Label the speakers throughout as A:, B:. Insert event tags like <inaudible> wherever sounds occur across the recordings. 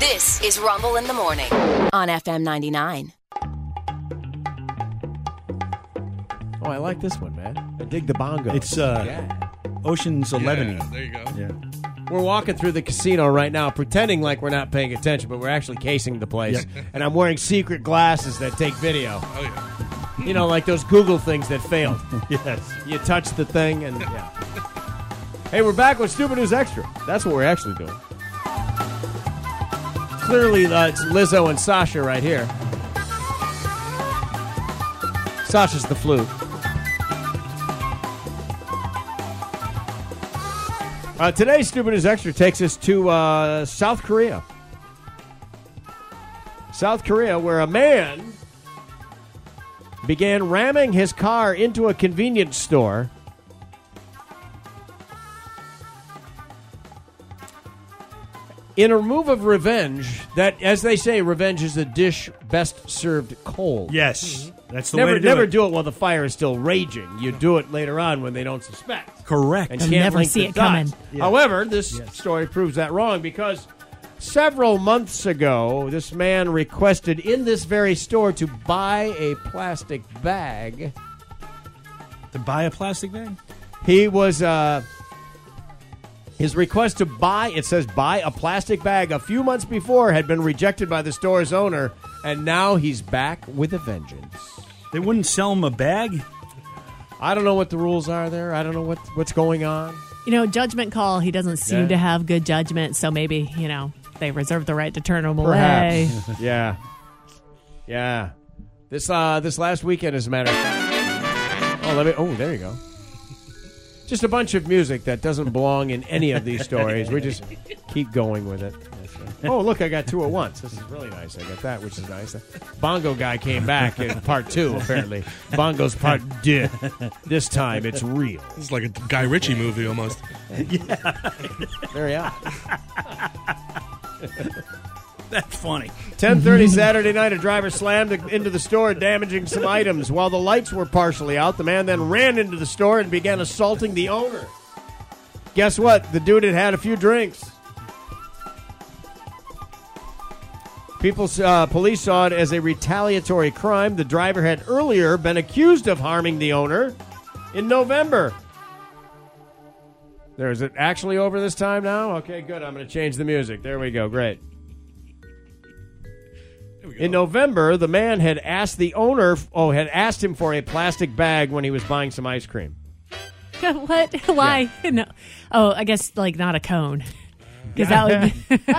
A: This is Rumble in the Morning on FM 99.
B: Oh, I like this one, man. I dig the bongo.
C: It's uh, Ocean's Eleven.
D: Yeah, there you go.
C: Yeah.
B: We're walking through the casino right now, pretending like we're not paying attention, but we're actually casing the place. And I'm wearing secret glasses that take video.
D: Oh yeah.
B: You know, like those Google things that <laughs> failed.
C: Yes.
B: You touch the thing, and yeah. hey, we're back with Stupid News Extra. That's what we're actually doing. Clearly, uh, it's Lizzo and Sasha right here. Sasha's the flute. Uh, today's Stupid News Extra takes us to uh, South Korea. South Korea, where a man began ramming his car into a convenience store. In a move of revenge, that, as they say, revenge is a dish best served cold.
C: Yes. That's the way
B: never,
C: to do
B: never
C: it.
B: do it while the fire is still raging. You do it later on when they don't suspect
C: Correct.
B: and
E: They'll
B: can't
E: never
B: link
E: see
B: the
E: it
B: dots.
E: coming.
B: However, this story proves that wrong because several months ago, this man requested in this very store to buy a plastic bag.
C: to buy a plastic bag.
B: He was uh, his request to buy it says buy a plastic bag a few months before had been rejected by the store's owner, and now he's back with a vengeance.
C: They wouldn't sell him a bag. <laughs>
B: I don't know what the rules are there. I don't know what what's going on.
E: You know, judgment call, he doesn't seem
B: Yeah.
E: to have good judgment, so maybe, you know, they reserve the right to turn him away.
B: Perhaps. <laughs> yeah. Yeah. This uh this last weekend as a matter of fact. Oh let me oh there you go. Just a bunch of music that doesn't belong in any of these stories. We just keep going with it. Oh look, I got two at once. This is really nice. I got that, which is nice. Bongo guy came back in part two, apparently. Bongo's part two. This time it's real.
D: This is like a Guy Ritchie movie almost.
B: Very odd.
C: That's funny.
B: 10:30 Saturday night, a driver slammed into the store, damaging some items. While the lights were partially out, the man then ran into the store and began assaulting the owner. Guess what? The dude had had a few drinks. People, uh, police saw it as a retaliatory crime. The driver had earlier been accused of harming the owner in November. There is it actually over this time now? Okay, good. I'm going to change the music. There we go. Great. In November, the man had asked the owner, oh, had asked him for a plastic bag when he was buying some ice cream.
E: <laughs> what? Why? <laughs> No. Oh, I guess, like, not
B: <laughs>
E: a cone. Because that would be.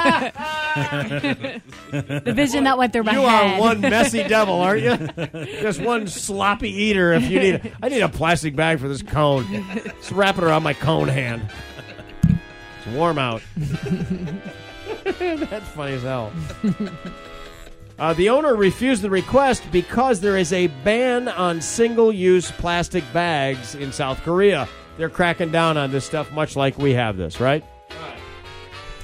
E: the vision that went through my
B: You
E: head.
B: are one messy devil, aren't you? Just one sloppy eater. If you need, I need a plastic bag for this cone. Just wrap it around my cone hand. It's warm out. <laughs> That's funny as hell. Uh, the owner refused the request because there is a ban on single-use plastic bags in South Korea. They're cracking down on this stuff, much like we have this, right?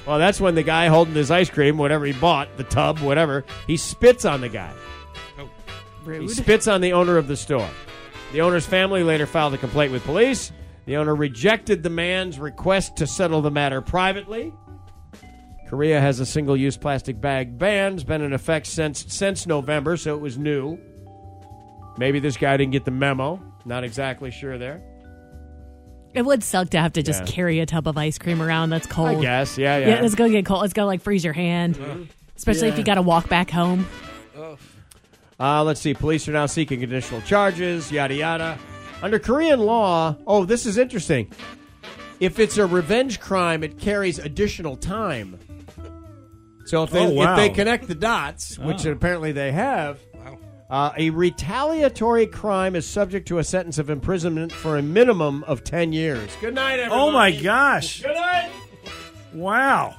B: Well, that's when the guy holding his ice cream, whatever he bought, the tub, whatever, he spits on the guy.
D: Oh.
B: He spits on the owner of the store. The owner's family later filed a complaint with police. The owner rejected the man's request to settle the matter privately. Korea has a single-use plastic bag ban. It's been in effect since since November, so it was new. Maybe this guy didn't get the memo. Not exactly sure there.
E: It would suck to have to just
B: Yeah.
E: carry a tub of ice cream around that's
B: I
E: cold.
B: guess. Yeah, yeah.
E: Yeah, it's gonna get cold. It's gonna like freeze your hand, especially if you got to walk back home.
B: Uh, let's see. Police are now seeking additional charges, yada, yada. Under Korean law, oh, this is interesting. If it's a revenge crime, it carries additional time. So if they,
C: Oh, wow.
B: if they connect the dots, which
C: Oh.
B: apparently they have,
D: Wow.
B: uh, a retaliatory crime is subject to a sentence of imprisonment for a minimum of 10 years. Good night, everyone.
C: Oh my gosh!
B: Good night.
C: Wow.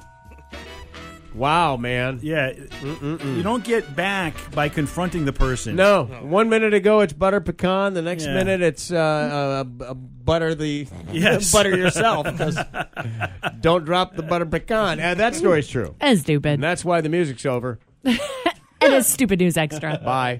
B: Wow, man.
C: Yeah. You don't get back by confronting the person.
B: No, one minute ago it's butter pecan. The next
C: Oh. Yeah.
B: minute it's uh, uh, b- uh, butter the <laughs>
C: Yes.
B: butter yourself.
C: <laughs>
B: 'cause don't drop the butter pecan. Uh, that story's true,
E: That's stupid.
B: and that's why the music's over.
E: it is stupid news extra.
B: Bye.